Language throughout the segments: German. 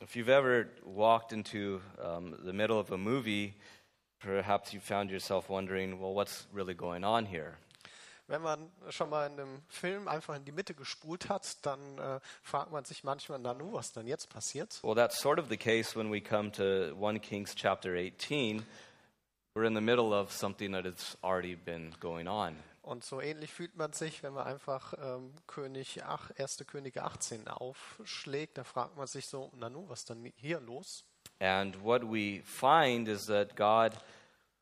If you've ever walked into um, the middle of a movie, perhaps you found yourself wondering, well, what's really going on here? Wenn man schon mal in einem Film einfach in die Mitte gespult hat, dann äh, fragt man sich manchmal, na nu, was denn jetzt passiert? Well, that's sort of the case when we come to 1 Kings chapter 18. We're in the middle of something that has already been going on. Und so ähnlich fühlt man sich, wenn man einfach ähm, König Ach, 1. Könige 18 aufschlägt, da fragt man sich so, na nu, was ist denn hier los? And what we find is that God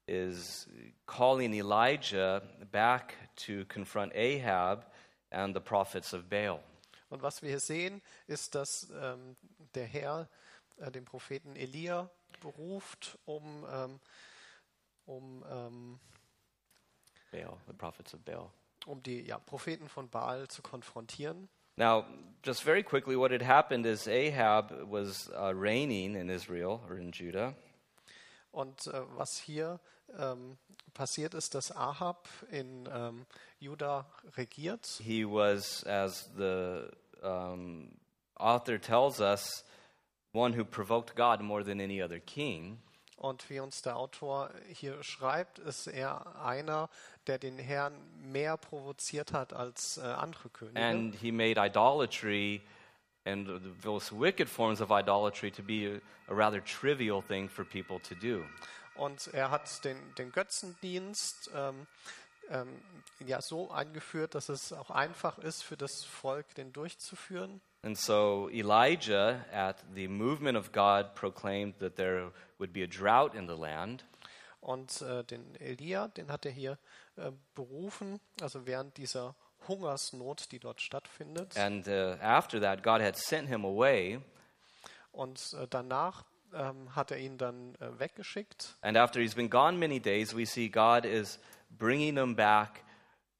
is calling Elijah back to confront Ahab and the prophets of Baal. Und was wir hier sehen, ist, dass ähm, der Herr äh, den Propheten Elia beruft, um, ähm, um, ähm, Baal, the prophets of Baal. um die ja, Propheten von Baal zu konfrontieren. Now, just very quickly, what had happened is Ahab was uh, reigning in Israel or in Judah, Und äh, was hier ähm, passiert ist, dass Ahab in ähm, Juda regiert he was, as the um, author tells us, one who provoked God more than any other king. Und wie uns der Autor hier schreibt, ist er einer, der den Herrn mehr provoziert hat als äh, andere Könige. And he made idolatry and th- those wicked forms of idolatry to be a, a rather trivial thing for people to do. Und er hat den, den Götzendienst ähm, ähm, ja, so eingeführt, dass es auch einfach ist, für das Volk den durchzuführen. And so Elijah, at the movement of God, proclaimed that there would be a drought in the land. Und äh, den Elia, den hat er hier äh, berufen, also während dieser Hungersnot, die dort stattfindet. And uh, after that, God had sent him away. Und äh, danach ähm, hat er ihn dann äh, weggeschickt. And after he's been gone many days, we see God is bringing him back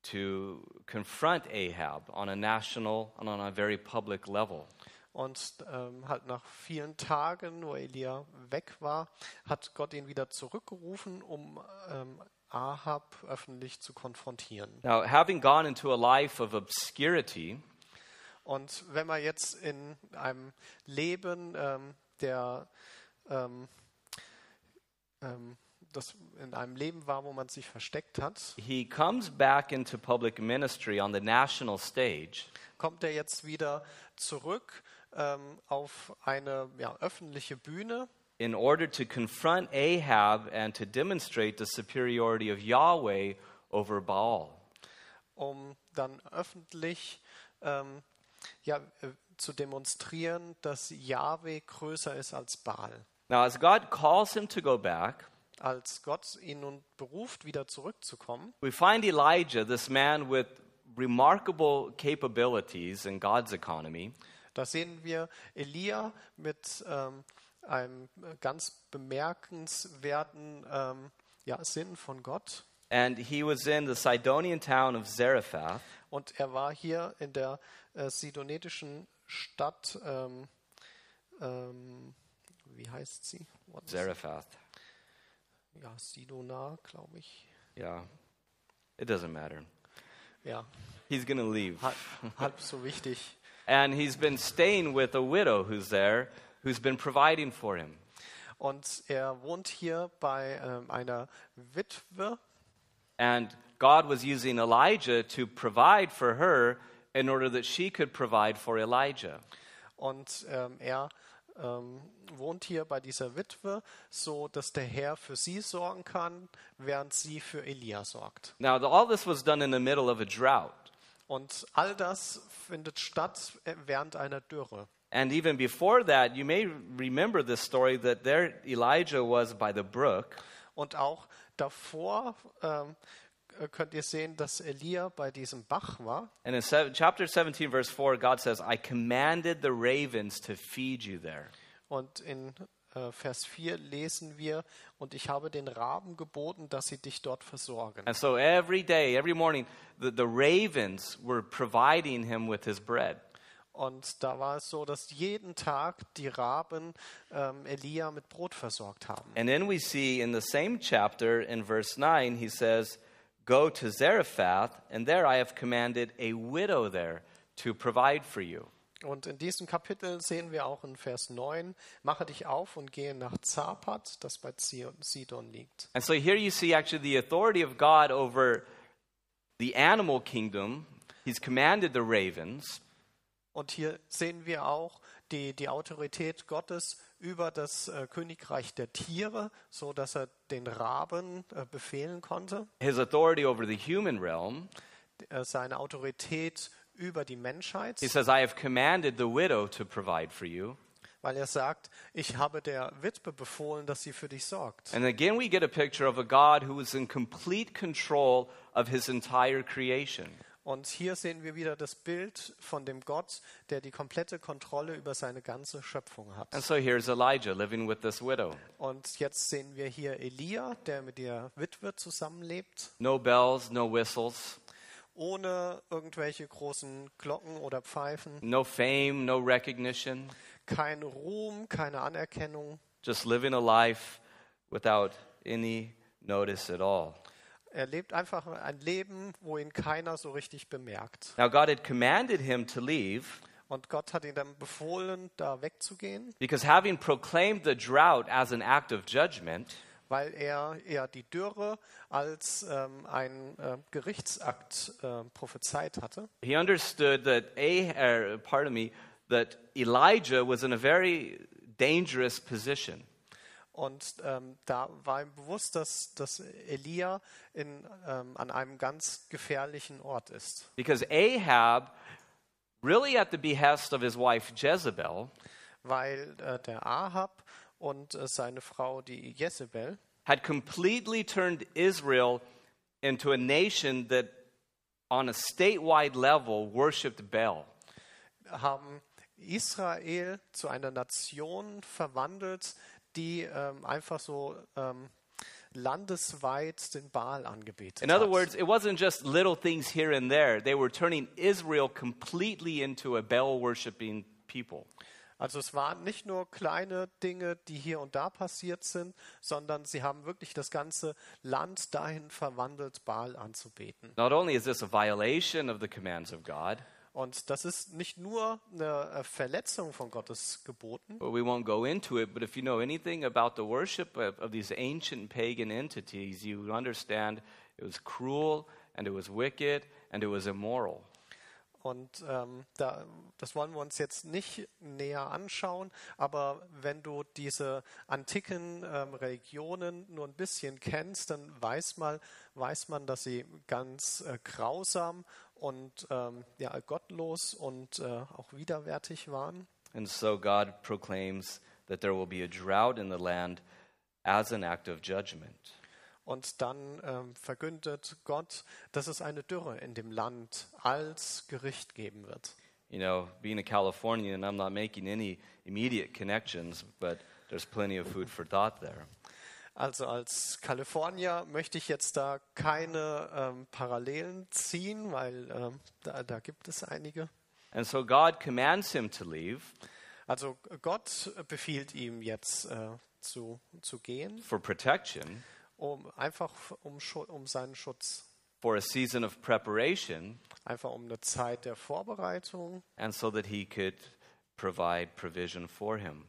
to confront Ahab on a national and on a very public level. Und ähm, halt nach vielen Tagen, wo Elia weg war, hat Gott ihn wieder zurückgerufen, um ähm, Ahab öffentlich zu konfrontieren. Now, having gone into a life of obscurity, Und wenn man jetzt in einem Leben ähm, der ähm, ähm, das in einem Leben war, wo man sich versteckt hat, he comes back into public ministry on the national stage, kommt er jetzt wieder zurück ähm, auf eine ja, öffentliche Bühne in order to confront Ahab and to demonstrate the superiority of Yahweh over Baal. um dann öffentlich ähm, ja, äh, zu demonstrieren, dass Jahwe größer ist als Baal. Now, as God calls him to go back, Als Gott ihn nun beruft, wieder zurückzukommen, we find Elijah, this man with remarkable capabilities in God's economy, da sehen wir Elia mit ähm, einem ganz bemerkenswerten ähm, ja, Sinn von Gott. and he was in the Sidonian town of Zarephath. Und er war hier in der äh, sidonetischen Stadt, ähm, ähm, wie heißt sie? What is- Zarephath. Ja, Sidona, glaube ich. Yeah. It doesn't matter. Ja, He's going to leave. halb, halb so wichtig. And he's been staying with a widow who's there, who's been providing for him. Und er wohnt hier bei ähm, einer Witwe And God was using Elijah to provide for her in order that she could provide for Elijah. und ähm, er ähm, wohnt hier bei dieser Witwe, so dass der Herr für sie sorgen kann, während sie für Elia sorgt. Now, the, all this was done in the middle of a drought. Und all das findet statt äh, während einer Dürre. And even before that, you may remember this story that there Elijah was by the brook, Und auch davor ähm, äh, könnt ihr sehen, dass Elia bei diesem Bach war. and in sev chapter 17, verse 4, God says, I commanded the ravens to feed you there. Und in äh, Vers 4 lesen wir, und ich habe den Raben geboten, dass sie dich dort versorgen. And so every day, every morning, the, the ravens were providing him with his bread. Und da war es so, dass jeden Tag die Raben ähm, Elia mit Brot versorgt haben. And then we see in the same chapter, in verse 9, he says, Go to Zarephath, and there I have commanded a widow there to provide for you. Und in diesem Kapitel sehen wir auch in Vers 9, mache dich auf und gehe nach Zapat, das bei Zion- Sidon liegt. And so here you see actually the authority of God over the animal kingdom. He's commanded the ravens, Und hier sehen wir auch die, die Autorität Gottes über das äh, Königreich der Tiere, so dass er den Raben äh, befehlen konnte. his authority over the human realm. äh, seine Autorität über die Menschheit, He says, I have commanded the widow to provide for you. weil er sagt, ich habe der Witwe befohlen, dass sie für dich sorgt. And again, we get a picture of a God who is in complete control of his entire creation. Und hier sehen wir wieder das Bild von dem Gott, der die komplette Kontrolle über seine ganze Schöpfung And hat. so here's Elijah living with this widow. Und jetzt sehen wir hier Elia, der mit der Witwe zusammenlebt, No bells, no whistles, ohne irgendwelche großen Glocken oder Pfeifen, no fame, no recognition, kein Ruhm, keine Anerkennung. just living a life without any notice at all. Er lebt einfach ein Leben, wo ihn keiner so richtig bemerkt. Now, God had commanded him to leave Und Gott hat ihn dann befohlen, da wegzugehen. because having proclaimed the drought as an act of judgment, weil er eher die Dürre als ähm, ein äh, Gerichtsakt äh, prophezeit hatte. he understood that a er, pardon me that elijah was in a very dangerous position Und ähm, da war ihm bewusst, dass, dass Elia in, ähm, an einem ganz gefährlichen Ort ist. because ahab really at the behest of his wife jezebel Weil äh, der Ahab und äh, seine Frau, die Jezebel, had completely turned israel into a nation that on a statewide level worshiped baal haben Israel zu einer Nation verwandelt, die ähm, einfach so ähm, landesweit den Baal angebetet in other hat. words it wasn't just little things here and there they were turning israel completely into a baal worshiping people Also es waren nicht nur kleine Dinge, die hier und da passiert sind, sondern sie haben wirklich das ganze Land dahin verwandelt, Baal anzubeten. Not only is this a violation of the commands of God, Und das ist nicht nur eine äh, Verletzung von Gottes Geboten, but we won't go into it, but if you know anything about the worship of, of these ancient pagan entities, you understand it was cruel and it was wicked and it was immoral. und ähm, da, das wollen wir uns jetzt nicht näher anschauen, aber wenn du diese antiken ähm, Religionen nur ein bisschen kennst, dann weiß, mal, weiß man, dass sie ganz äh, grausam und ähm, ja, gottlos und äh, auch widerwärtig waren. And so God proclaims that there will be a drought in the land as an act of judgment. Und dann ähm, verkündet Gott, dass es eine Dürre in dem Land als Gericht geben wird. You know, being a Californian, I'm not making any immediate connections, but there's plenty of food for thought there. Also als Kalifornier möchte ich jetzt da keine ähm, Parallelen ziehen, weil ähm, da, da gibt es einige. And so God commands him to leave. Also Gott befiehlt ihm jetzt äh, zu, zu gehen, for protection, um einfach f- um, Schu- um seinen Schutz, for a season of preparation, einfach um eine Zeit der Vorbereitung and so that he could provide provision for him.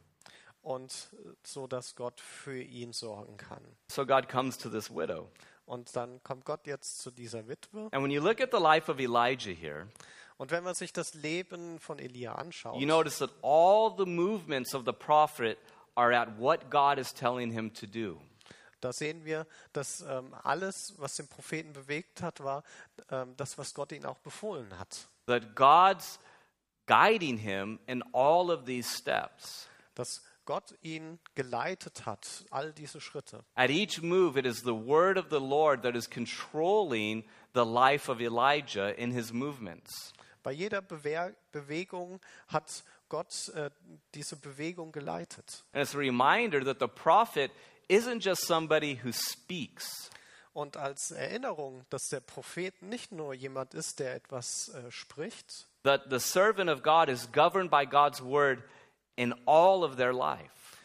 und äh, so, dass Gott für ihn sorgen kann. So God comes to this widow. Und dann kommt Gott jetzt zu dieser Witwe. And when you look at the life of Elijah here, Und wenn man sich das Leben von Elia anschaut, you notice that all the movements of the prophet are at what God is telling him to do. da sehen wir, dass ähm, alles, was den Propheten bewegt hat, war ähm, das, was Gott ihnen auch befohlen hat. That God's guiding him in all of these steps. Dass Gott ihn geleitet hat, all diese Schritte. At each move, it is the word of the Lord that is controlling the life of Elijah in his movements. Bei jeder Bewehr Bewegung hat Gott äh, diese Bewegung geleitet. And it's a reminder that the prophet isn't just somebody who speaks, Und als Erinnerung, dass der Prophet nicht nur jemand ist, der etwas äh, spricht, that the servant of God is governed by God's word in all of their life.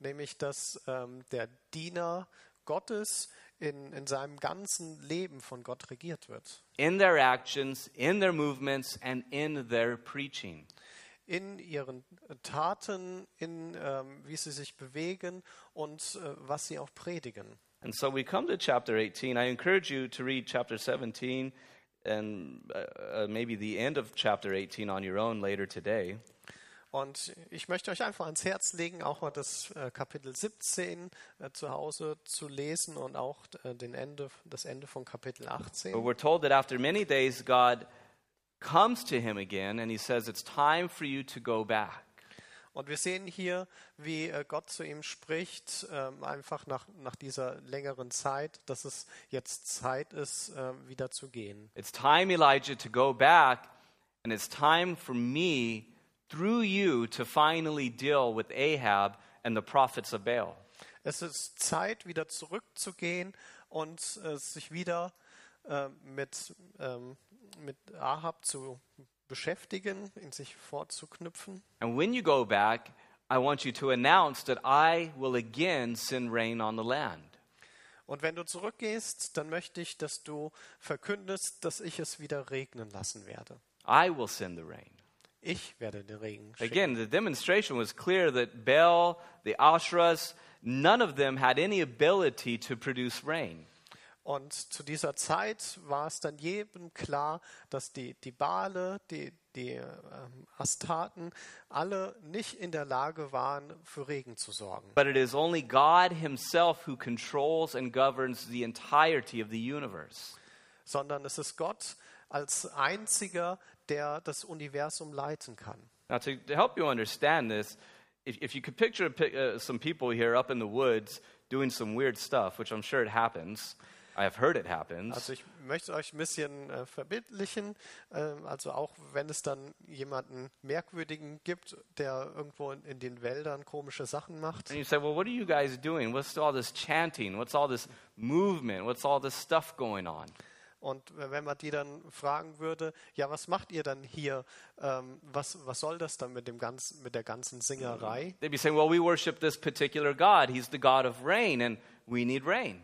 nämlich dass ähm, der Diener Gottes in, in seinem ganzen Leben von Gott regiert wird. In their actions, in their movements, and in their preaching. in ihren Taten, in ähm, wie sie sich bewegen und äh, was sie auch predigen. And so we come to chapter 18. I encourage you to read chapter 17 and uh, uh, maybe the end of chapter 18 on your own later today. Und ich möchte euch einfach ans Herz legen, auch mal das äh, Kapitel 17 äh, zu Hause zu lesen und auch äh, den Ende, das Ende von Kapitel But 18. we're told that after many days, God comes to him again and he says, It's time for you to go back. Und wir sehen hier, wie äh, Gott zu ihm spricht, ähm, einfach nach, nach dieser längeren Zeit, dass es jetzt Zeit ist, äh, wieder zu gehen. It's time, Elijah, to go back, and it's time for me, through you, to finally deal with Ahab and the prophets of Baal. Es ist Zeit, wieder zurückzugehen und äh, sich wieder äh, mit, ähm, mit Ahab zu beschäftigen, in sich fortzuknüpfen. And when you go back, I want you to announce that I will again send rain on the land. Und wenn du zurückgehst, dann möchte ich, dass du verkündest, dass ich es wieder regnen lassen werde. I will send the rain. Ich werde den Regen schicken. Again, the demonstration was clear that Baal, the Ashras, none of them had any ability to produce rain. Und zu dieser Zeit war es dann jedem klar, dass die, die Bale, die, die ähm, Astaten alle nicht in der Lage waren, für Regen zu sorgen. But it is only God Himself who controls and governs the entirety of the universe. sondern es ist Gott als einziger, der das Universum leiten kann. Now, to, to help you understand this, if, if you could picture a pic- uh, some people here up in the woods doing some weird stuff, which I'm sure it happens, I have heard it happens. Also ich möchte euch ein bisschen äh, verbildlichen, ähm, also auch wenn es dann jemanden Merkwürdigen gibt, der irgendwo in, in den Wäldern komische Sachen macht. And you say, well, what are you guys doing? What's all this chanting? What's all this movement? What's all this stuff going on? Und äh, wenn man die dann fragen würde, ja, was macht ihr dann hier? Ähm, was, was soll das dann mit, dem ganzen, mit der ganzen Singerei? They'd be saying, well, we worship this particular God. He's the God of rain, and we need rain.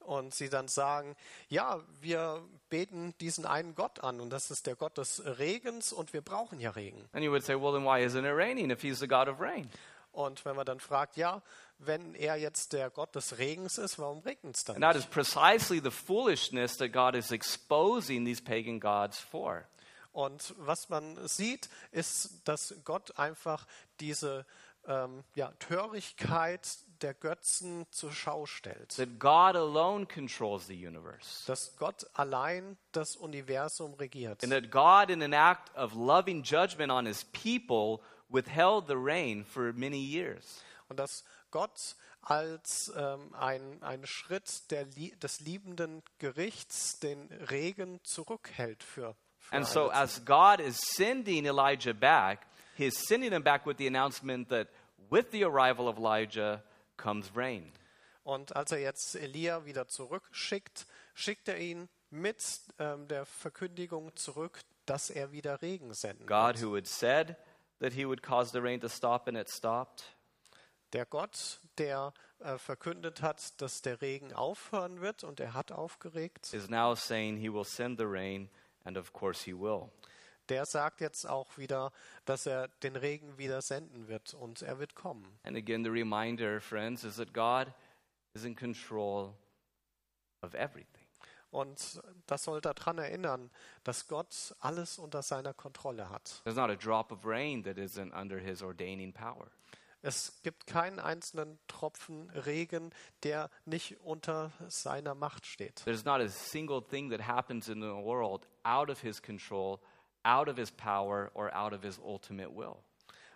Und sie dann sagen, ja, wir beten diesen einen Gott an und das ist der Gott des Regens und wir brauchen ja Regen. And you would say, well, then why isn't it raining if he's the God of rain? Und wenn man dann fragt, ja, wenn er jetzt der Gott des Regens ist, warum regnet es dann? And that nicht? is precisely the foolishness that God is exposing these pagan gods for. Und was man sieht, ist, dass Gott einfach diese ähm, ja, Törigkeit der Götzen zur Schau stellt. That God alone controls the universe. Dass Gott allein das Universum regiert. And that God, in an act of loving judgment on his people, withheld the rain for many years. Und dass Gott als ähm, ein, ein Schritt der, Lie- des liebenden Gerichts den Regen zurückhält für, für And eine so, Zeit. as God is sending Elijah back, he is sending him back with the announcement that with the arrival of Elijah comes rain. Und als er jetzt Elia wieder zurückschickt, schickt er ihn mit ähm, der Verkündigung zurück, dass er wieder Regen senden God, wird. who had said that he would cause the rain to stop, and it stopped. Der Gott, der äh, verkündet hat, dass der Regen aufhören wird und er hat aufgeregt. is now saying he will send the rain, and of course he will. Der sagt jetzt auch wieder, dass er den Regen wieder senden wird und er wird kommen. And again, the reminder, friends, is that God is in control of everything. Und das soll daran erinnern, dass Gott alles unter seiner Kontrolle hat. There's not a drop of rain that isn't under his ordaining power. Es gibt keinen einzelnen Tropfen Regen, der nicht unter seiner Macht steht. There's not a single thing that happens in the world out of his control, out of his power, or out of his ultimate will.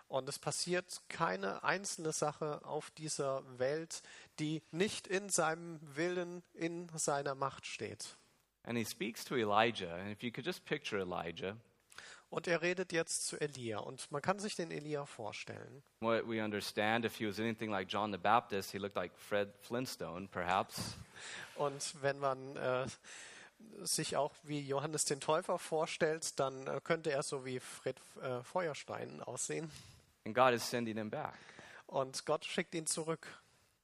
Und es passiert keine einzelne Sache auf dieser Welt, die nicht in seinem Willen, in seiner Macht steht. And he speaks to Elijah, and if you could just picture Elijah, Und er redet jetzt zu Elia. Und man kann sich den Elia vorstellen. what we understand, if he was anything like John the Baptist, he looked like Fred Flintstone, perhaps. Und wenn man äh, sich auch wie Johannes den Täufer vorstellt, dann äh, könnte er so wie Fred äh, Feuerstein aussehen. And God is sending him back Und Gott schickt ihn zurück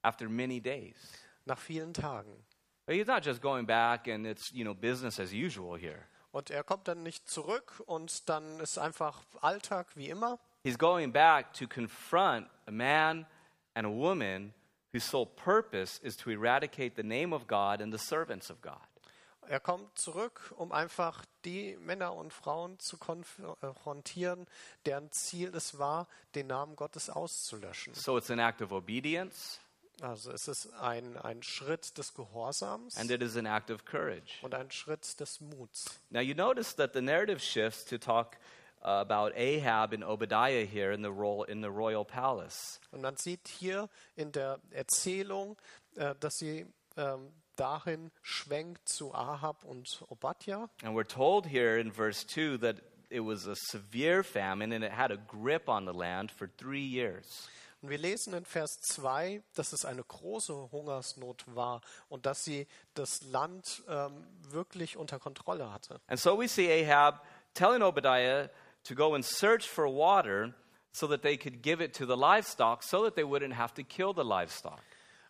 after many days. nach vielen Tagen. But he's not just going back and it's, you know, business as usual here. Und er kommt dann nicht zurück und dann ist einfach Alltag wie immer, he's going back to confront a man and a woman whose sole purpose is to eradicate the name of God and the servants of God. Er kommt zurück, um einfach die Männer und Frauen zu konfrontieren, deren Ziel es war, den Namen Gottes auszulöschen. So it's an act of obedience Also es ist ein, ein Schritt des Gehorsams and it is an act of courage. und ein Schritt des Muts. Now you notice that the narrative shifts to talk uh, about Ahab and Obadiah here in the role in the royal palace. Und man sieht hier in der Erzählung, äh, dass sie ähm, dahin schwenkt zu Ahab und Obadja. And we're told here in verse 2 that it was a severe famine and it had a grip on the land for 3 years. Und wir lesen in Vers 2, dass es eine große Hungersnot war und dass sie das Land ähm, wirklich unter Kontrolle hatte. And so we see Ahab telling Obadiah to go and search for water so that they could give it to the livestock so that they wouldn't have to kill the livestock.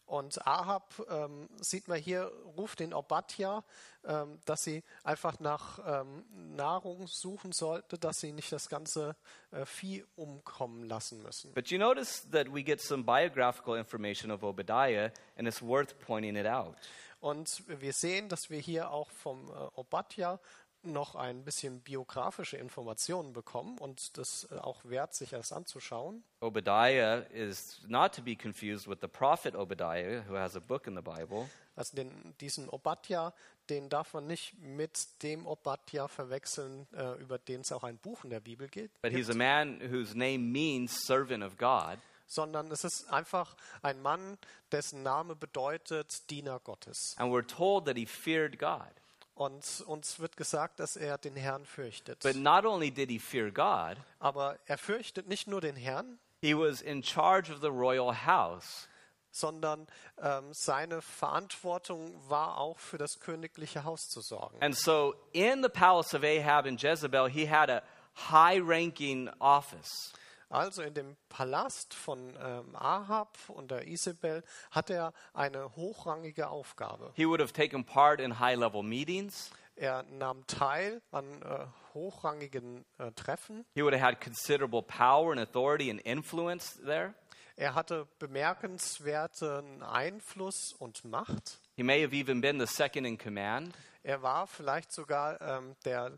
Und Ahab, ähm, sieht man hier, ruft den Obadja, ähm, dass sie einfach nach ähm, Nahrung suchen sollte, dass sie nicht das ganze äh, Vieh umkommen lassen müssen. But you notice that we get some biographical information of Obadiah, and it's worth pointing it out. Und wir sehen, dass wir hier auch vom äh, Obadja noch ein bisschen biografische Informationen bekommen und das äh, auch wert, sich das anzuschauen. Obadiah is not to be confused with the prophet Obadiah, who has a book in the Bible. Also den, diesen Obadja, den darf man nicht mit dem Obadja verwechseln, äh, über den es auch ein Buch in der Bibel geht, But he's a man whose name means servant of God. sondern es ist einfach ein Mann, dessen Name bedeutet Diener Gottes. And we're told that he feared God. Und uns wird gesagt, dass er den Herrn fürchtet. But not only did he fear God, Aber er fürchtet nicht nur den Herrn, he was in charge of the royal house. sondern ähm, seine Verantwortung war auch für das königliche Haus zu sorgen. And so in the palace of Ahab and Jezebel, he had a high ranking office. Also in dem Palast von ähm, Ahab und der Isabel hat er eine hochrangige Aufgabe. He would have taken part in high level meetings. Er nahm teil an äh, hochrangigen äh, Treffen. He would have had considerable power and authority and influence there. Er hatte bemerkenswerten Einfluss und Macht. He may have even been the second in command. Er war vielleicht sogar ähm, der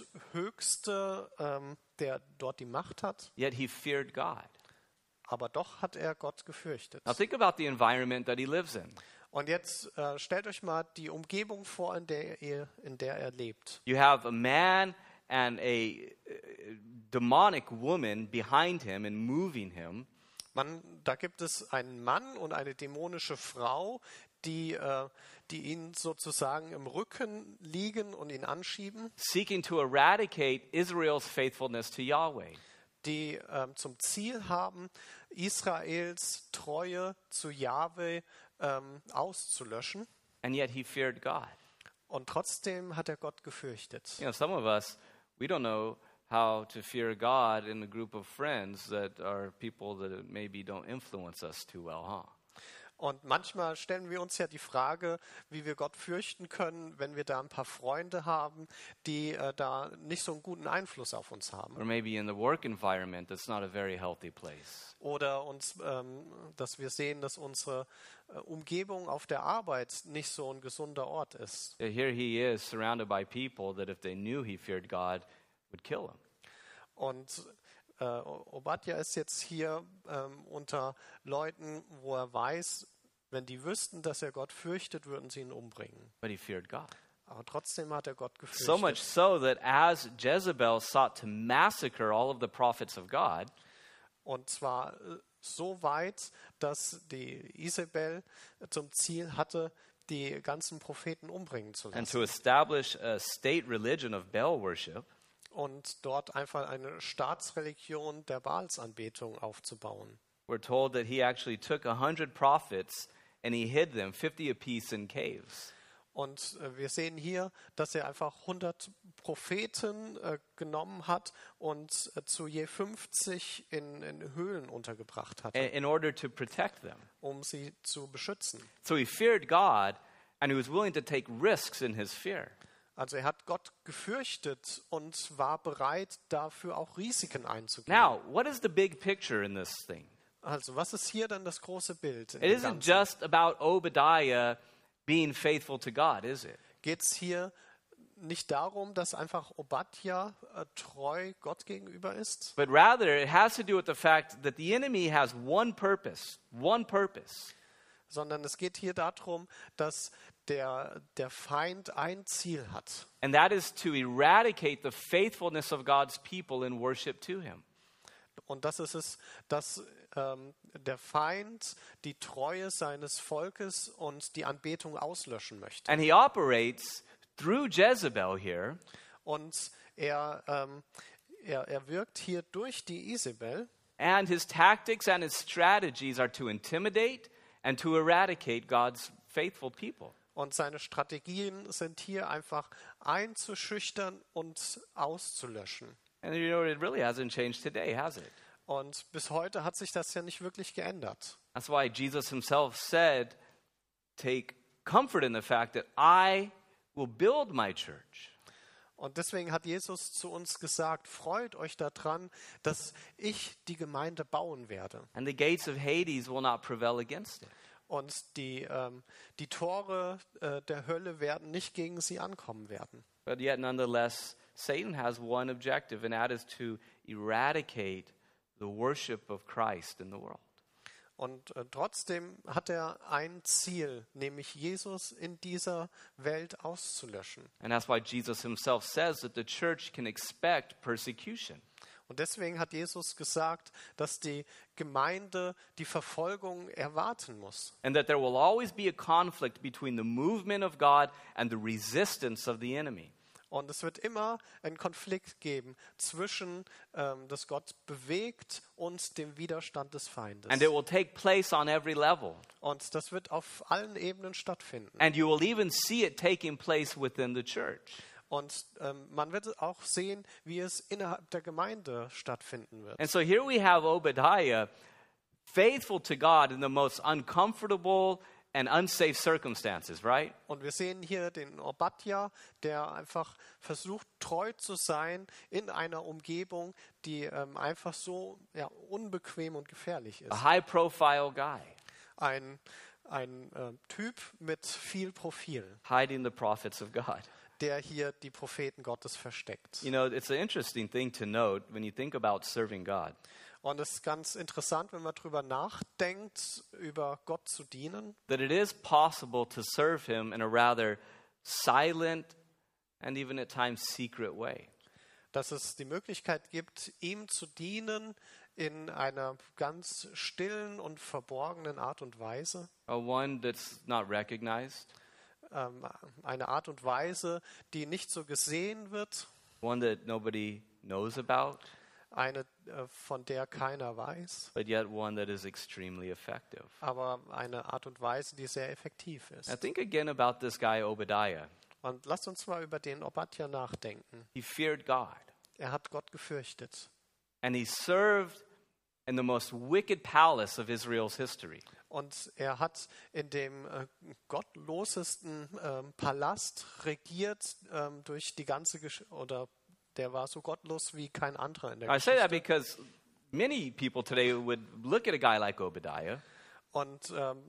zweithöchste, ähm, der dort die Macht hat, Yet he feared God. aber doch hat er Gott gefürchtet. Now think about the environment that he lives in. Und jetzt äh, stellt euch mal die Umgebung vor, in der, ihr, in der er lebt. You have a man and a uh, demonic woman behind him and moving him. Man, da gibt es einen Mann und eine dämonische Frau, die, äh, die ihn sozusagen im Rücken liegen und ihn anschieben, seeking to eradicate Israel's faithfulness to Yahweh. die ähm, zum Ziel haben, Israels Treue zu Jahwe ähm, auszulöschen. And yet he feared God. Und trotzdem hat er Gott gefürchtet. You know, some of us, we don't know how to fear God in a group of friends that are people that maybe don't influence us too well, huh? Und manchmal stellen wir uns ja die Frage, wie wir Gott fürchten können, wenn wir da ein paar Freunde haben, die äh, da nicht so einen guten Einfluss auf uns haben. Or maybe in the work environment that's not a very healthy place. Oder uns, ähm, dass wir sehen, dass unsere äh, Umgebung auf der Arbeit nicht so ein gesunder Ort ist. Yet Here he is surrounded by people that if they knew he feared God would kill him. Und äh, Obadja ist jetzt hier ähm, unter Leuten, wo er weiß, wenn die wüssten, dass er Gott fürchtet, würden sie ihn umbringen. But he feared God. Aber trotzdem hat er Gott gefürchtet. So much so that as Jezebel sought to massacre all of the prophets of God, Und zwar äh, so weit, dass die Isabel zum Ziel hatte, die ganzen Propheten umbringen zu and lassen to establish a state religion of Baal worship, und dort einfach eine Staatsreligion der Baalsanbetung aufzubauen. we're told that he actually took a hundred prophets and he hid them, fifty apiece, in caves. Und äh, wir sehen hier, dass er einfach 100 Propheten äh, genommen hat und äh, zu je 50 in, in Höhlen untergebracht hat, i- In order to protect them. um sie zu beschützen. So he feared God and he was willing to take risks in his fear. Also er hat Gott gefürchtet und war bereit, dafür auch Risiken einzugehen. Now, what is the big picture in this thing? also was ist hier dann das große Bild? It isn't just about Obadiah being faithful to God, is it? Geht es hier nicht darum, dass einfach Obadja äh, treu Gott gegenüber ist, But rather, it has to do with the fact that the enemy has one purpose, one purpose, sondern es geht hier darum, dass der, der Feind ein Ziel hat. and that is to eradicate the faithfulness of God's people in worship to him. Und das ist es, dass ähm, der Feind die Treue seines Volkes und die Anbetung auslöschen möchte. And he operates through Jezebel here Und er, ähm, er, er wirkt hier durch die Isabel And his tactics and his strategies are to intimidate and to eradicate God's faithful people. und seine Strategien sind hier einfach einzuschüchtern und auszulöschen. And you know, it really hasn't changed today, has it? Und bis heute hat sich das ja nicht wirklich geändert. That's why Jesus himself said, Take comfort in the fact that I will build my church. Und deswegen hat Jesus zu uns gesagt, freut euch daran, dass ich die Gemeinde bauen werde. And the gates of Hades will not prevail against it. Und die, ähm, die Tore äh, der Hölle werden nicht gegen sie ankommen werden. But yet, nonetheless, Satan has one objective, and that is to eradicate the worship of Christ in the world. Und äh, trotzdem hat er ein Ziel, nämlich Jesus in dieser Welt auszulöschen. And that's why Jesus himself says that the church can expect persecution. Und deswegen hat Jesus gesagt, dass die Gemeinde die Verfolgung erwarten muss. and that there will always be a conflict between the movement of God and the resistance of the enemy. Und es wird immer einen Konflikt geben zwischen, ähm, dass Gott bewegt und dem Widerstand des Feindes. And it will take place on every level. Und das wird auf allen Ebenen stattfinden. And you will even see it taking place within the church. Und ähm, man wird auch sehen, wie es innerhalb der Gemeinde stattfinden wird. And so here we have Obadiah, faithful to God in the most uncomfortable and unsafe circumstances, right? Und wir sehen hier den Obadja, der einfach versucht, treu zu sein in einer Umgebung, die ähm, einfach so ja, unbequem und gefährlich A ist. high profile guy, Ein, ein ähm, Typ mit viel Profil, hiding the prophets of God. der hier die Propheten Gottes versteckt. You know, it's an interesting thing to note when you think about serving God. Und es ist ganz interessant, wenn man darüber nachdenkt, über Gott zu dienen, that it is possible to serve him in a rather silent and even at times secret way. dass es die Möglichkeit gibt, ihm zu dienen in einer ganz stillen und verborgenen Art und Weise. A one that's not recognized, Ähm, eine Art und Weise, die nicht so gesehen wird, one that nobody knows about, eine, äh, von der keiner weiß, but yet one that is extremely effective. aber eine Art und Weise, die sehr effektiv Now ist. think again about this guy Obadiah. Und lasst uns mal über den Obadja nachdenken. He feared God Er hat Gott gefürchtet and he served in the most wicked palace of Israel's history. und er hat in dem äh, gottlosesten ähm, Palast regiert ähm, durch die ganze Gesch oder der war so gottlos wie kein anderer in der I say that Geschichte. because many people today would look at a guy like Obadiah Und ähm,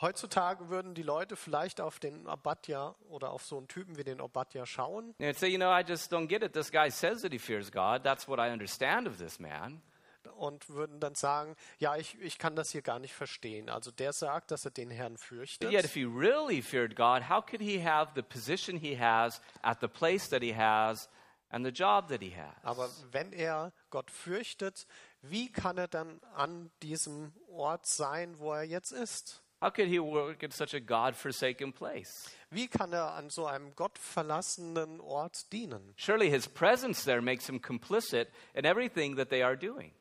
heutzutage würden die Leute vielleicht auf den Obadja oder auf so einen Typen wie den Obadja schauen And say, you know, I just don't get it. This guy says that he fears God. That's what I understand of this man. und würden dann sagen, ja, ich, ich kann das hier gar nicht verstehen. Also der sagt, dass er den Herrn fürchtet. But yet, if he really feared God, how could he have the position he has at the place that he has and the job that he has? Aber wenn er Gott fürchtet, wie kann er dann an diesem Ort sein, wo er jetzt ist? How could he work in such a God forsaken place? Wie kann er an so einem gottverlassenen Ort dienen? Surely his presence there makes him complicit in everything that they are doing.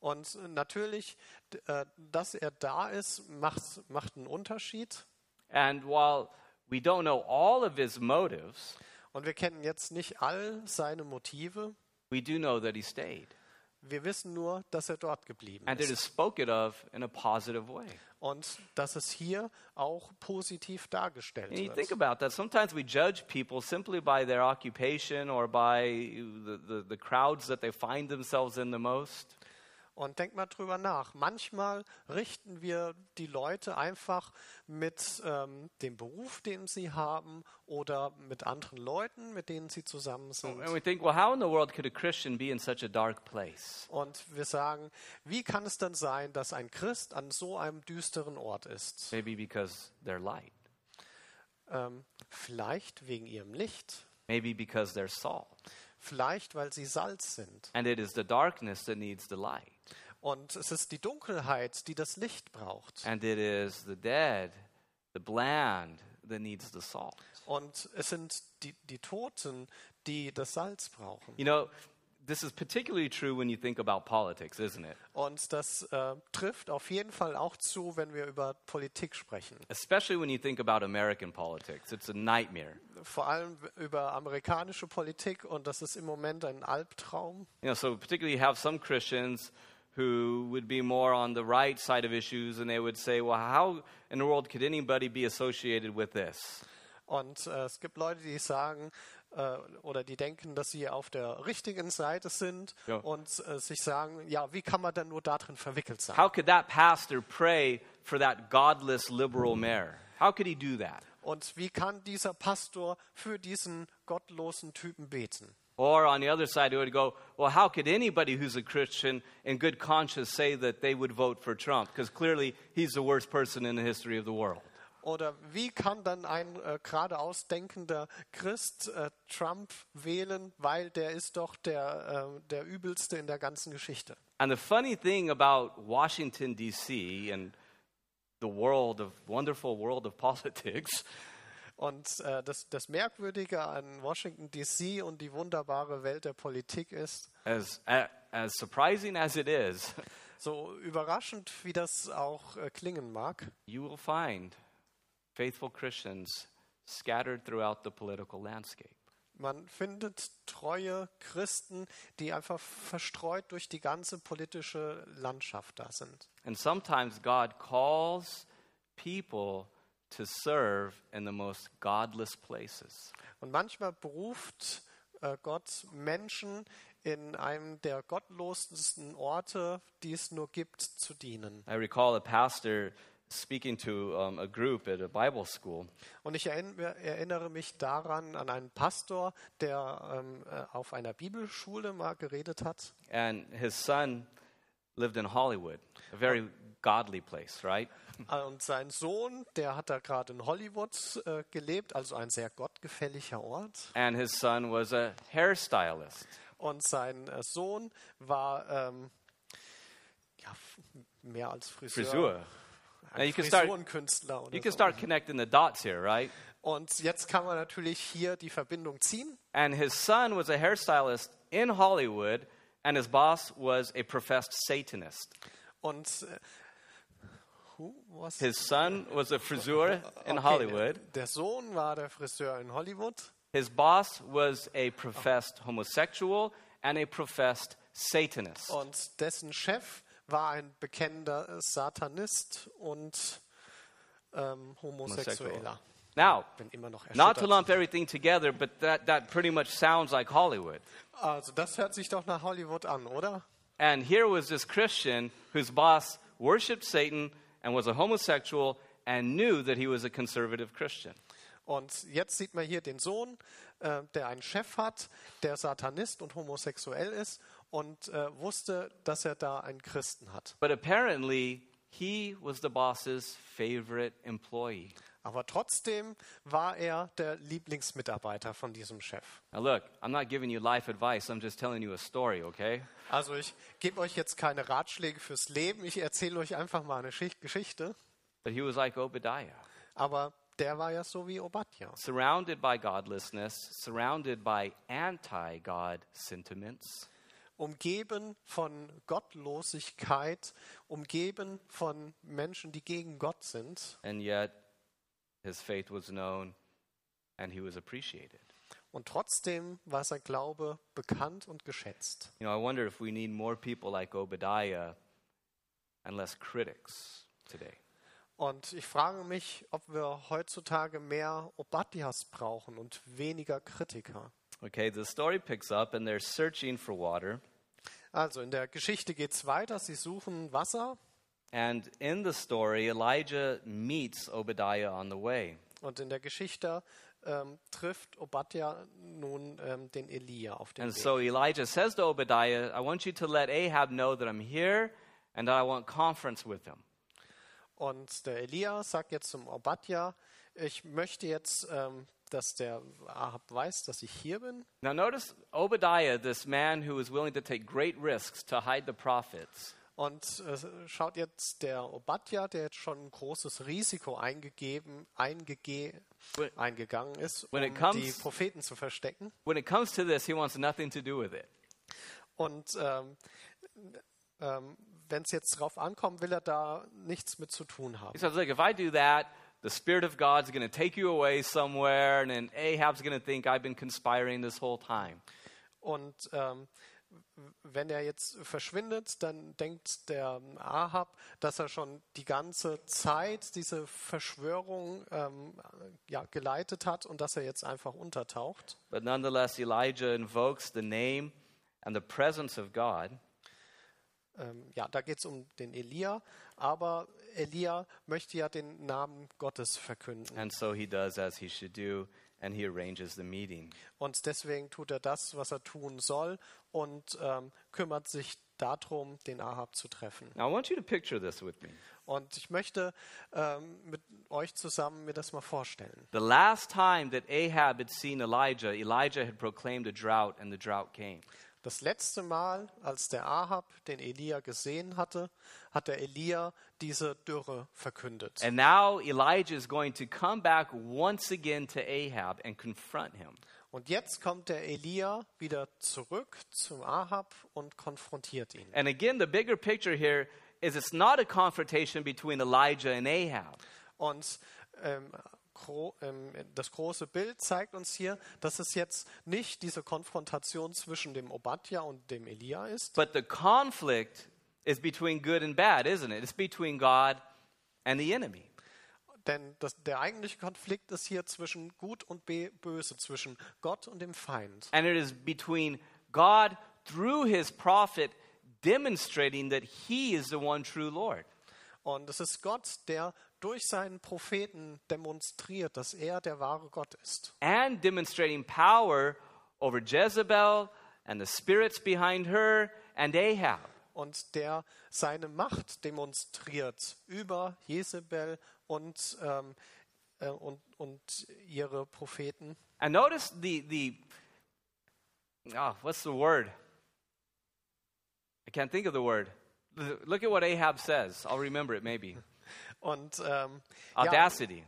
Und natürlich, d- äh, dass er da ist, macht, macht einen Unterschied. And while we don't know all of his motives, Und wir kennen jetzt nicht all seine Motive, we do know that he stayed. Wir wissen nur, dass er dort geblieben and it ist is spoken of in a positive way. und dass es hier auch positiv dargestellt And you think wird. about that. Sometimes we judge people simply by their occupation or by the, the, the crowds that they find themselves in the most. Und denk mal drüber nach. Manchmal richten wir die Leute einfach mit ähm, dem Beruf, den sie haben oder mit anderen Leuten, mit denen sie zusammen sind. And we think, well, how in the world could a Christian be in such a dark place? Und wir sagen, wie kann es denn sein, dass ein Christ an so einem düsteren Ort ist? Maybe because they're light. Ähm, vielleicht wegen ihrem Licht, Maybe because they're salt. vielleicht weil sie Salz sind. And it is the darkness that needs the light. Und es ist die Dunkelheit, die das Licht braucht. And it is the dead, the bland, that needs the salt. Und es sind die, die Toten, die das Salz brauchen. You know, this is particularly true when you think about politics, isn't it? Und das äh, trifft auf jeden Fall auch zu, wenn wir über Politik sprechen. Especially when you think about American politics. It's a nightmare. Vor allem über amerikanische Politik und das ist im Moment ein Albtraum. You know, so particularly you have some Christians who would be more on the right side of issues, and they would say, "Well, how in the world could anybody be associated with this?" Und äh, es gibt Leute, die sagen äh, oder die denken, dass sie auf der richtigen Seite sind Ja. und äh, sich sagen, ja, wie kann man denn nur darin verwickelt sein? How could that pastor pray for that godless liberal mayor? How could he do that? Und wie kann dieser Pastor für diesen gottlosen Typen beten? Or on the other side, it would go, "Well, how could anybody who's a Christian in good conscience say that they would vote for Trump? Because clearly he's the worst person in the history of the world." Oder wie kann dann ein äh, geradeaus denkender Christ äh, Trump wählen, weil der ist doch der, äh, der übelste in der ganzen Geschichte? And the funny thing about Washington, D.C., and the world of wonderful world of politics Und äh, das, das Merkwürdige an Washington DC und die wunderbare Welt der Politik ist, as a- as surprising as it is So überraschend, wie das auch äh, klingen mag, you will find faithful christians scattered throughout the political landscape man findet treue Christen, die einfach verstreut durch die ganze politische Landschaft da sind. and sometimes god calls people to serve in the most godless places Und manchmal beruft äh, Gott Menschen in einem der gottlosesten Orte, die es nur gibt, zu dienen. i recall a pastor speaking to um, a group at a bible school Und ich erinn- erinnere mich daran an einen Pastor, der ähm, äh, auf einer Bibelschule mal geredet hat. and his son lived in Hollywood, a very godly place, right? Ah, Und sein Sohn, der hat da gerade in Hollywood äh, gelebt, also ein sehr gottgefälliger Ort. And his son was a hairstylist. Und sein äh, Sohn war ähm, ja, f- mehr als Friseur. Frisur. Now Ein you can start Frisurenkünstler. Oder you can so. start connecting the dots here, right? Und jetzt kann man natürlich hier die Verbindung ziehen. And his son was a hairstylist in Hollywood, and his boss was a professed Satanist. Und äh, who was His son was a friseur in Okay, Hollywood. Der, der Sohn war der Friseur in Hollywood. His boss was a professed homosexual and a professed Satanist. Und dessen Chef war ein bekennender Satanist und ähm, Homosexueller. Now, Bin immer noch Not to erschüttert. lump everything together, but that, that pretty much sounds like Hollywood. Also das hört sich doch nach Hollywood an, oder? And here was this Christian whose boss worshiped Satan and was a homosexual and knew that he was a conservative Christian. Und jetzt sieht man hier den Sohn, äh, der einen Chef hat, der Satanist und homosexuell ist und äh, wusste, dass er da einen Christen hat. But apparently, he was the boss's favorite employee. Aber trotzdem war er der Lieblingsmitarbeiter von diesem Chef. Now, look, I'm not giving you life advice, I'm just telling you a story, okay? Also ich gebe euch jetzt keine Ratschläge fürs Leben, ich erzähle euch einfach mal eine Schicht Geschichte. But he was like Obadiah, Aber der war ja so wie Obadja. surrounded by godlessness, surrounded by anti God sentiments. Umgeben von Gottlosigkeit, umgeben von Menschen, die gegen Gott sind. And yet, his faith was known and he was appreciated. Und trotzdem war sein Glaube bekannt und geschätzt. You know, I wonder if we need more people like Obadiah and less critics today. Und ich frage mich, ob wir heutzutage mehr Obadias brauchen und weniger Kritiker. Okay, the story picks up and they're searching for water. Also in der Geschichte geht es weiter. Sie suchen Wasser And in the story, Elijah meets Obadiah on the way. und in der Geschichte ähm, trifft Obadja nun ähm, den Elia auf dem And Weg. so Elijah says to Obadiah, I want you to let Ahab know that I'm here and that I want conference with him. Und der Elia sagt jetzt zum Obadja, ich möchte jetzt, ähm, dass der Ahab weiß, dass ich hier bin. Now, notice Obadiah, this man who is willing to take great risks to hide the prophets, Und äh, schaut jetzt der Obadja, der jetzt schon ein großes Risiko eingegeben, eingege, When- eingegangen ist, when it um comes- die Propheten zu verstecken. when it comes to this, he wants nothing to do with it. Und ähm, ähm, wenn es jetzt drauf ankommt, will er da nichts mit zu tun haben. He says, Look, if I do that, the Spirit of God's going to take you away somewhere, and then Ahab's going to think I've been conspiring this whole time. Und ähm, wenn er jetzt verschwindet, dann denkt der ähm, Ahab, dass er schon die ganze Zeit diese Verschwörung ähm, ja, geleitet hat und dass er jetzt einfach untertaucht. But nonetheless, Elijah invokes the name and the presence of God. Ähm, ja, da geht es um den Elia, aber Elia möchte ja den Namen Gottes verkünden. And so he does as he should do, and he arranges the meeting. Und deswegen tut er das, was er tun soll und ähm, kümmert sich darum, den Ahab zu treffen. Now, I want you to picture this with me. Und ich möchte ähm, mit euch zusammen mir das mal vorstellen. The last time that Ahab had seen Elijah, Elijah had proclaimed a drought, and the drought came. Das letzte Mal, als der Ahab den Elia gesehen hatte, hat der Elia diese Dürre verkündet. And now Elijah is going to come back once again to Ahab and confront him. Und jetzt kommt der Elia wieder zurück zum Ahab und konfrontiert ihn. And again, the bigger picture here is it's not a confrontation between Elijah and Ahab. Und ähm, gro ähm, das große Bild zeigt uns hier, dass es jetzt nicht diese Konfrontation zwischen dem Obadja und dem Elia ist, But the conflict is between good and bad, isn't it? It's between God and the enemy. denn das, der eigentliche Konflikt ist hier zwischen Gut und Be Böse, zwischen Gott und dem Feind. And it is between God through his prophet demonstrating that he is the one true Lord. Und es ist Gott, der durch seinen Propheten demonstriert, dass er der wahre Gott ist. And demonstrating power over Jezebel and the spirits behind her and Ahab. Und der seine Macht demonstriert über Jezebel und, ähm, äh, und, und ihre Propheten. And notice the the ah, what's the word? I can't think of the word. L- Look at what Ahab says. I'll remember it maybe. Und, ähm, Ah, ja, Audacity.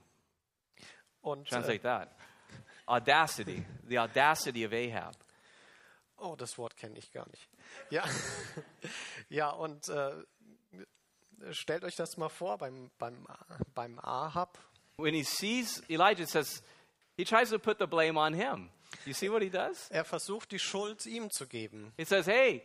und äh, Translate that. Audacity. The audacity of Ahab. oh, das Wort kenne ich gar nicht. Ja, ja und äh, stellt euch das mal vor beim, beim, beim Ahab. When he sees Elijah, it says he tries to put the blame on him. You see what he does? Er versucht, die Schuld ihm zu geben. He says, "Hey,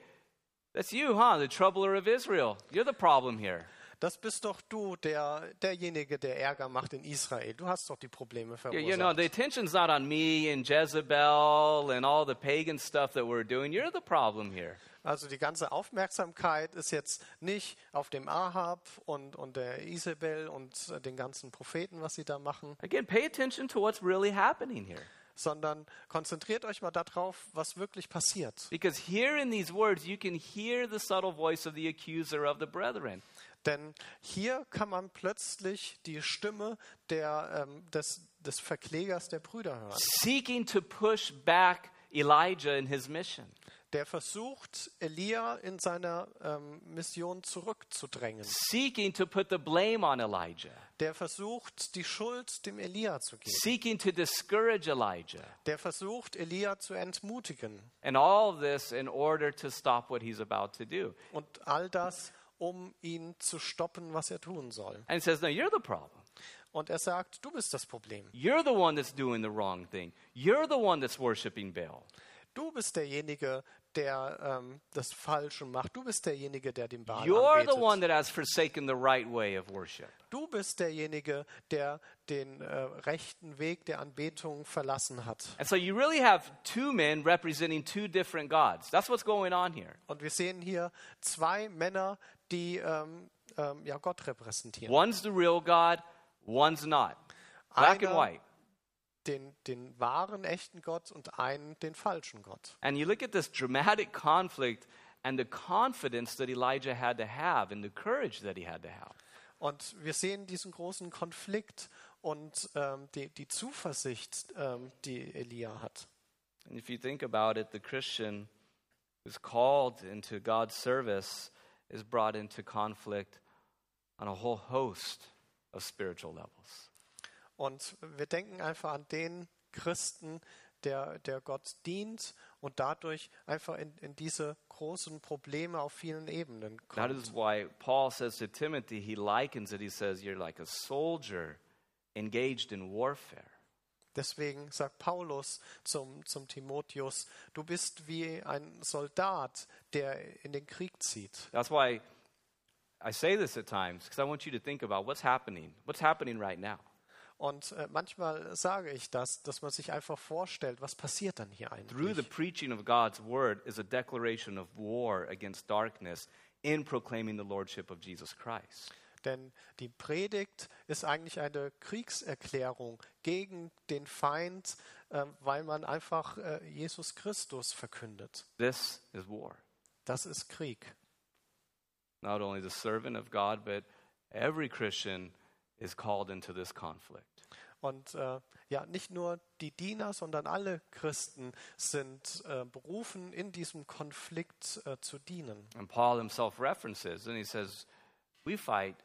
that's you, huh? The troubler of Israel. You're the problem here." Das bist doch du, der, derjenige, der Ärger macht in Israel. Du hast doch die Probleme You, verursacht. you know, the attention's not on me and Jezebel and all the pagan stuff that we're doing. You're the problem here. also die ganze Aufmerksamkeit ist jetzt nicht auf dem Ahab und, und der Isabel und äh, den ganzen Propheten, was sie da machen, Again, pay attention to what's really happening here. sondern konzentriert euch mal darauf, was wirklich passiert. Because here in these words, you can hear the subtle voice of the accuser of the brethren. Denn hier kann man plötzlich die Stimme der, ähm, des, des Verklägers der Brüder hören, seeking to push back Elijah and his mission, der versucht, Elia in seiner ähm, Mission zurückzudrängen. seeking to put the blame on Elijah, der versucht, die Schuld dem Elia zu geben. seeking to discourage Elijah. Der versucht, Elia zu entmutigen. And all this in order to stop what he's about to do. Und all das, um ihn zu stoppen, was er tun soll. And it says, No, you're the problem. und er sagt, du bist das Problem. You're the one that's doing the wrong thing. You're the one that's worshiping Baal. Du bist derjenige, der ähm, das Falsche macht. Du bist derjenige, der den Baal You're the one anbetet. that has forsaken the right way of worship. Du bist derjenige, der den äh, rechten Weg der Anbetung verlassen hat. And so you really have two men representing two different gods. That's what's going on here. Und wir sehen hier zwei Männer, die ähm, ähm, ja, Gott repräsentieren. One's the real God, one's not. Black and Einer- white. Den, den wahren, echten Gott und einen, den falschen Gott. And you look at this dramatic conflict and the confidence that Elijah had to have and the courage that he had to have. Und wir sehen diesen großen Konflikt und ähm, die, die Zuversicht, ähm, die Elia hat. And if you think about it, the Christian who's called into God's service is brought into conflict on a whole host of spiritual levels. Und wir denken einfach an den Christen, der, der Gott dient und dadurch einfach in, in diese großen Probleme auf vielen Ebenen That kommt. is why Paul says to Timothy, he likens it, he says, You're like a soldier engaged in warfare. Deswegen sagt Paulus zum, zum Timotheus, du bist wie ein Soldat, der in den Krieg zieht. That's why I say this at times, because I want you to think about what's happening, what's happening right now. Und äh, manchmal sage ich das, dass man sich einfach vorstellt, was passiert dann hier Through the eigentlich. preaching of God's word is a declaration of war against darkness in proclaiming the lordship of Jesus Christ. Denn die Predigt ist eigentlich eine Kriegserklärung gegen den Feind, äh, weil man einfach äh, Jesus Christus verkündet. This is war. Das ist Krieg. Not only the servant of God, but every Christian is called into this conflict. Und äh, ja, nicht nur die Diener, sondern alle Christen sind äh, berufen, in diesem Konflikt äh, zu dienen. And Paul himself references, and he says, We fight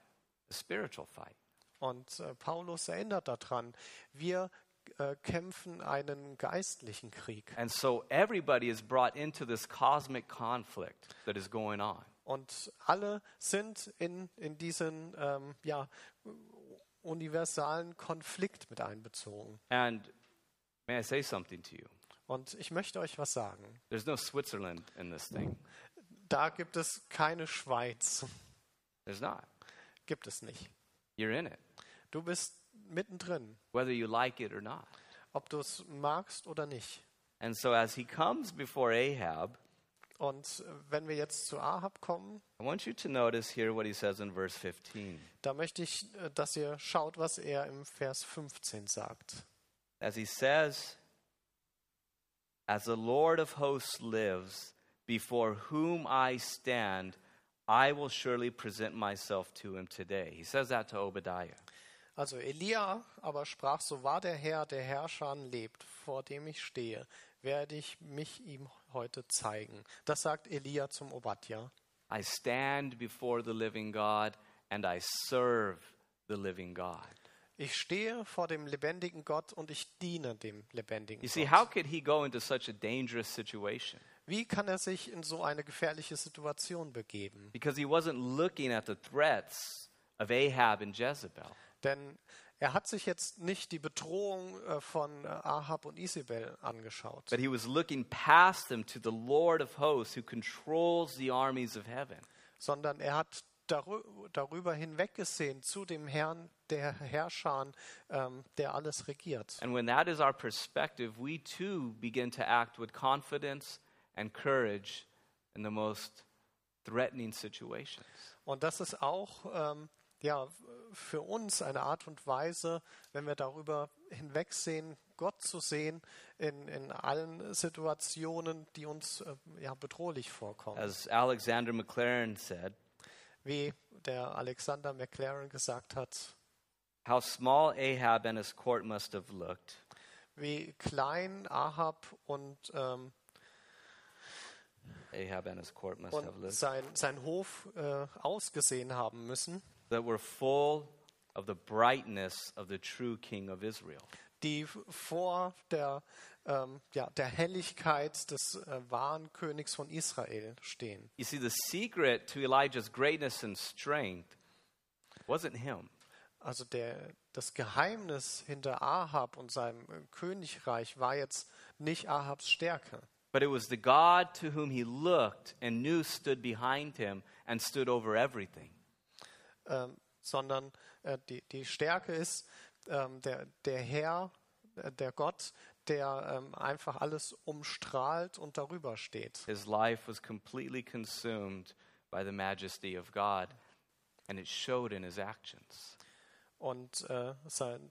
a spiritual fight. Und äh, Paulus erinnert daran, wir äh, kämpfen einen geistlichen Krieg. And so everybody is brought into this cosmic conflict that is going on. Und alle sind in, in diesen ähm, ja, universalen Konflikt mit einbezogen. And may I say something to you? Und ich möchte euch was sagen. There's no Switzerland in this thing. Da gibt es keine Schweiz. There's not. Gibt es nicht. You're in it, Du bist mittendrin, whether you like it or not. ob du es magst oder nicht. And so, as he comes before Ahab, Und äh, wenn wir jetzt zu Ahab kommen, I want you to notice here what he says in verse 15. da möchte ich, äh, dass ihr schaut, was er im Vers 15 sagt. As he says, As the Lord of hosts lives, before whom I stand, I will surely present myself to him today. He says that to Obadiah. Also Elia aber sprach, so wahr der Herr, der Herrscher lebt, vor dem ich stehe, werde ich mich ihm heute zeigen. Das sagt Elia zum Obadja. I stand before the living God and I serve the living God. Ich stehe vor dem lebendigen Gott und ich diene dem lebendigen You see, Gott. how could he go into such a dangerous situation? Wie kann er sich in so eine gefährliche Situation begeben? Because he wasn't looking at the threats of Ahab and Jezebel. Denn er hat sich jetzt nicht die Bedrohung äh, von äh, Ahab und Isabel angeschaut. But he was looking past them to the Lord of hosts who controls the armies of heaven. sondern er hat darü- darüber hinweggesehen zu dem Herrn, der Herrscher, ähm, der alles regiert. And when that is our perspective, we too begin to act with confidence and courage in the most threatening situations. Und das ist auch ähm, ja, für uns eine Art und Weise, wenn wir darüber hinwegsehen, Gott zu sehen in, in allen Situationen, die uns äh, ja, bedrohlich vorkommen. As Alexander McLaren said, Wie der Alexander McLaren gesagt hat, how small Ahab and his court must have looked wie klein Ahab und, ähm, Ahab and his court must have und looked sein, sein Hof äh, ausgesehen haben müssen. that were full of the brightness of the true king of Israel. die vor der, ähm, ja, der Helligkeit des äh, wahren Königs von Israel stehen. You see, the secret to Elijah's greatness and strength wasn't him. Also der, das Geheimnis hinter Ahab und seinem äh, Königreich war jetzt nicht Ahabs Stärke, But it was the God to whom he looked and knew stood behind him and stood over everything. ähm, sondern äh, die, die Stärke ist ähm, der, der Herr, äh, der Gott, der ähm, einfach alles umstrahlt und darüber steht. His life was completely consumed by the majesty of God, and it showed in his actions. Und äh, sein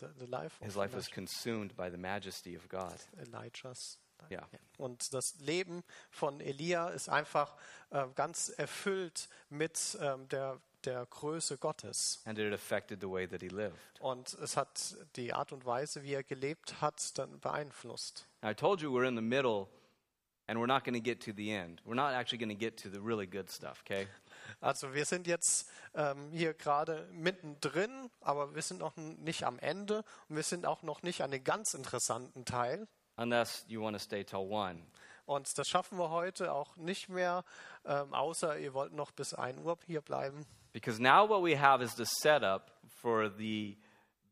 the, the life of His life was consumed by the majesty of God. Elijahs. Ja. Und das Leben von Elia ist einfach äh, ganz erfüllt mit ähm, der, der Größe Gottes. And it affected the way that he lived. Und es hat die Art und Weise, wie er gelebt hat, dann beeinflusst. Now, I told you we're in the middle, and we're not going to get to the end. We're not actually going to get to the really good stuff, okay? Also wir sind jetzt ähm, hier gerade mittendrin, aber wir sind noch n- nicht am Ende und wir sind auch noch nicht an den ganz interessanten Teil. Unless you want to stay till one. Und das schaffen wir heute auch nicht mehr, ähm, außer ihr wollt noch bis 1 Uhr hier bleiben. Because now what we have is the setup for the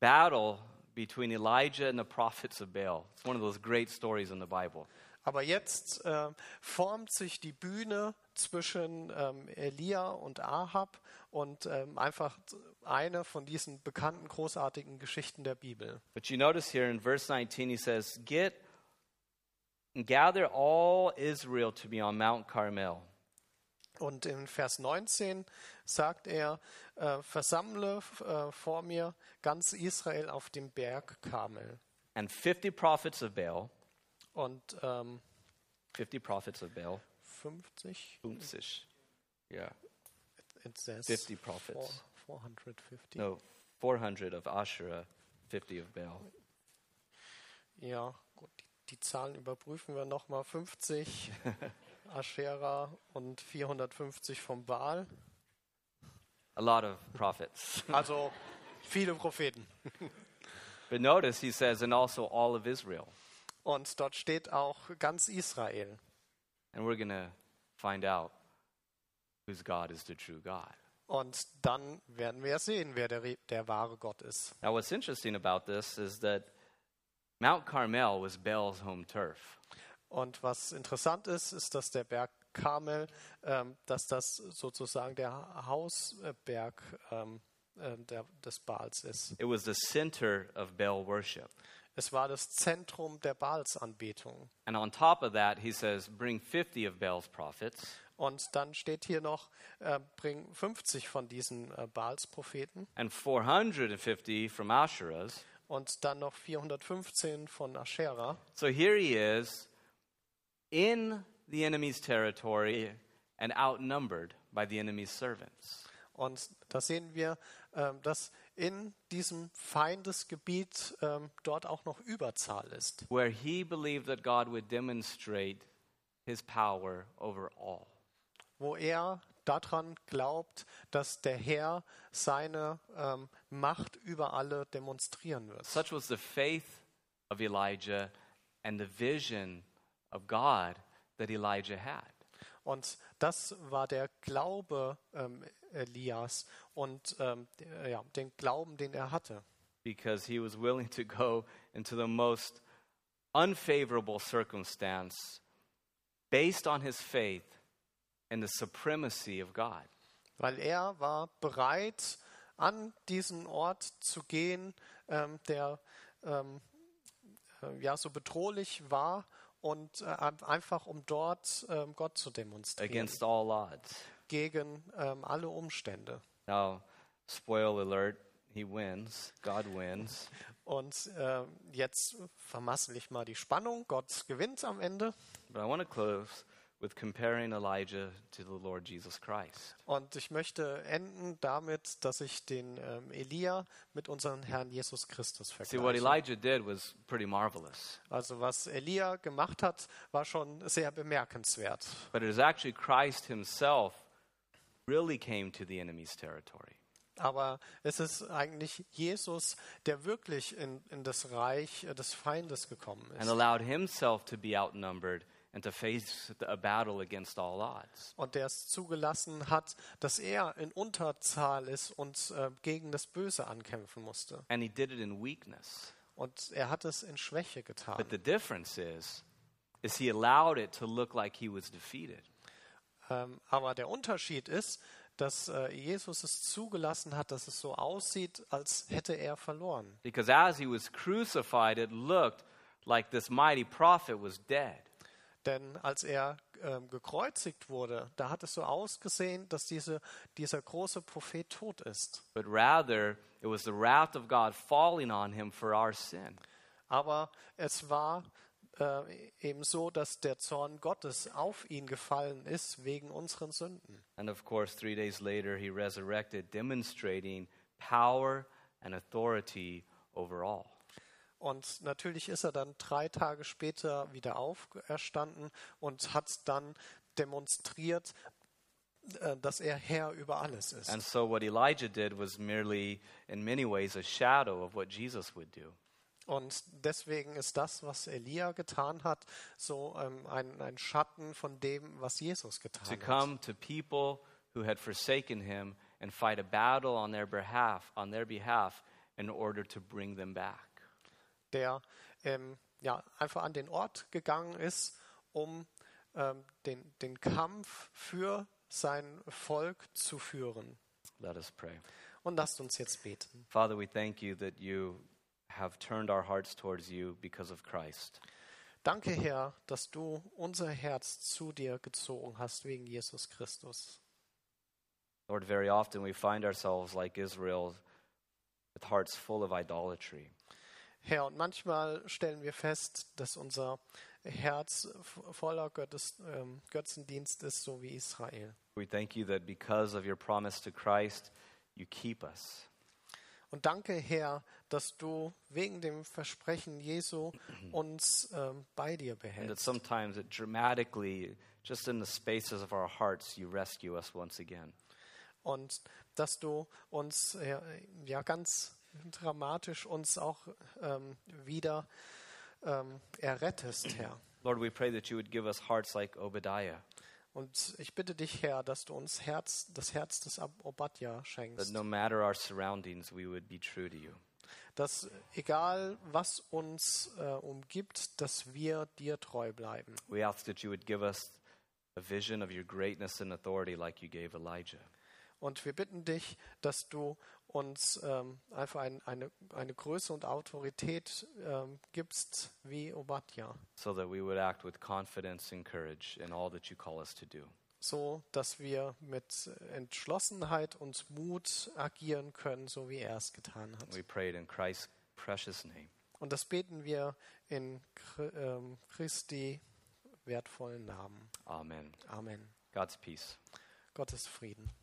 battle between Elijah and the prophets of Baal. It's one of those great stories in the Bible. Aber jetzt ähm, formt sich die Bühne zwischen ähm, Elia und Ahab und ähm, einfach eine von diesen bekannten, großartigen Geschichten der Bibel. But you notice here in verse 19, he says, Get and gather all Israel to be on Mount Carmel. Und in Vers 19 sagt er, äh, versammle äh, vor mir ganz Israel auf dem Berg Karmel. And 50 prophets of Baal, Und ähm, 50 prophets of Baal, 50, Boomsish. Yeah. it says 50 prophets. Four, 450. No, 400 of Asherah, 50 of Baal. Ja, gut, die, die Zahlen überprüfen wir nochmal. 50 Aschera und 450 vom Baal. A lot of prophets. Also viele Propheten. but notice he says, and also all of Israel. Und dort steht auch ganz Israel. And we're going to find out whose God is the true God. Und dann werden wir ja sehen, wer der, re- der wahre Gott ist. Now, what's interesting about this is that Mount Carmel was Baal's home turf. Und was interessant ist, ist, dass der Berg Karmel, ähm, dass das sozusagen der Hausberg ähm, äh, der, des Baals ist. It was the center of Baal worship. Es war das Zentrum der Baalsanbetung. And on top of that, he says, bring 50 of Baal's prophets. Und dann steht hier noch, äh, bring 50 von diesen äh, Baals-Propheten And 450 from Asherah's. und dann noch 415 von Aschera. So here he is in the enemy's territory and outnumbered by the enemy's servants. Und da sehen wir, ähm, dass in diesem Feindesgebiet ähm, dort auch noch Überzahl ist, where he believed that God would demonstrate his power over all. wo er daran glaubt, dass der Herr seine ähm, Macht über alle demonstrieren wird. Such was the faith of Elijah and the vision of God that Elijah had. Und das war der Glaube ähm, Elias und ähm, der- ja, den Glauben, den er hatte. Because he was willing to go into the most unfavorable circumstance based on his faith and the supremacy of God. weil er war bereit, an diesen Ort zu gehen, ähm, der ähm, äh, ja so bedrohlich war und äh, ein- einfach um dort ähm, Gott zu demonstrieren Against all odds. gegen ähm, alle Umstände. Now, spoiler alert, he wins. God wins. Und äh, jetzt vermassel ich mal die Spannung. Gott gewinnt am Ende. But I want to close with comparing Elijah to the Lord Jesus Christ. Und ich möchte enden damit, dass ich den ähm, Elia mit unserem Herrn Jesus Christus See, what vergleiche. Elijah did was pretty marvelous, Also was Elia gemacht hat, war schon sehr bemerkenswert. but it is actually Christ himself really came to the enemy's territory. Aber es ist eigentlich Jesus, der wirklich in, in das Reich äh, des Feindes gekommen and ist allowed himself to be outnumbered and to face a battle against all odds. und der es zugelassen hat, dass er in Unterzahl ist und äh, gegen das Böse ankämpfen musste. And he did it in weakness. Und er hat es in Schwäche getan. But the difference is, is he allowed it to look like he was defeated. Ähm, aber der Unterschied ist, dass äh, Jesus es zugelassen hat, dass es so aussieht, als hätte er verloren. Because as he was crucified, it looked like this mighty prophet was dead. Denn als er ähm, gekreuzigt wurde, da hat es so ausgesehen, dass diese, dieser große Prophet tot ist. But rather, it was the wrath of God falling on him for our sin. Aber es war äh, eben so, dass der Zorn Gottes auf ihn gefallen ist wegen unseren Sünden. And of course, three days later, he resurrected, demonstrating power and authority over all. Und natürlich ist er dann drei Tage später wieder auferstanden und hat dann demonstriert, äh, dass er Herr über alles ist. And so, what Elijah did was merely, in many ways, a shadow of what Jesus would do. Und deswegen ist das, was Elia getan hat, so ähm, ein, ein Schatten von dem, was Jesus to getan hat. come to people who had forsaken him and fight a battle on their behalf on their behalf in order to bring them back Der ähm, ja, einfach an den Ort gegangen ist, um ähm, den, den Kampf für sein Volk zu führen. let us pray Und lasst uns jetzt beten. father we thank you that you have turned our hearts towards you because of christ Danke, Herr, dass du unser Herz zu dir gezogen hast wegen Jesus Christus. lord very often we find ourselves like israel with hearts full of idolatry Herr, und manchmal stellen wir fest, dass unser Herz vo- voller Gottes, ähm, Götzendienst ist, so wie Israel. we thank you that because of your promise to christ you keep us Und danke, Herr, dass du wegen dem Versprechen Jesu uns ähm, bei dir and that behältst. sometimes it dramatically just in the spaces of our hearts you rescue us once again Und dass du uns ja, ja ganz dramatisch uns auch ähm, wieder ähm, errettest, Herr. Lord, we pray that you would give us hearts like Obadiah, Und ich bitte dich, Herr, dass du uns Herz, das Herz des Ab- Obadja that schenkst. no matter our surroundings, we would be true to you. dass egal was uns äh, umgibt, dass wir dir treu bleiben. We ask that you would give us a vision of your greatness and authority like you gave Elijah. Und wir bitten dich, dass du uns ähm, einfach ein, eine, eine Größe und Autorität ähm, gibst wie Obadja, So that we would act with confidence and courage in all that you call us to do. so dass wir mit Entschlossenheit und Mut agieren können, so wie er es getan hat. We pray it in Christ's precious name. Und das beten wir in Chri- ähm, Christi wertvollen Namen. Amen. Amen. God's peace. Gottes Frieden.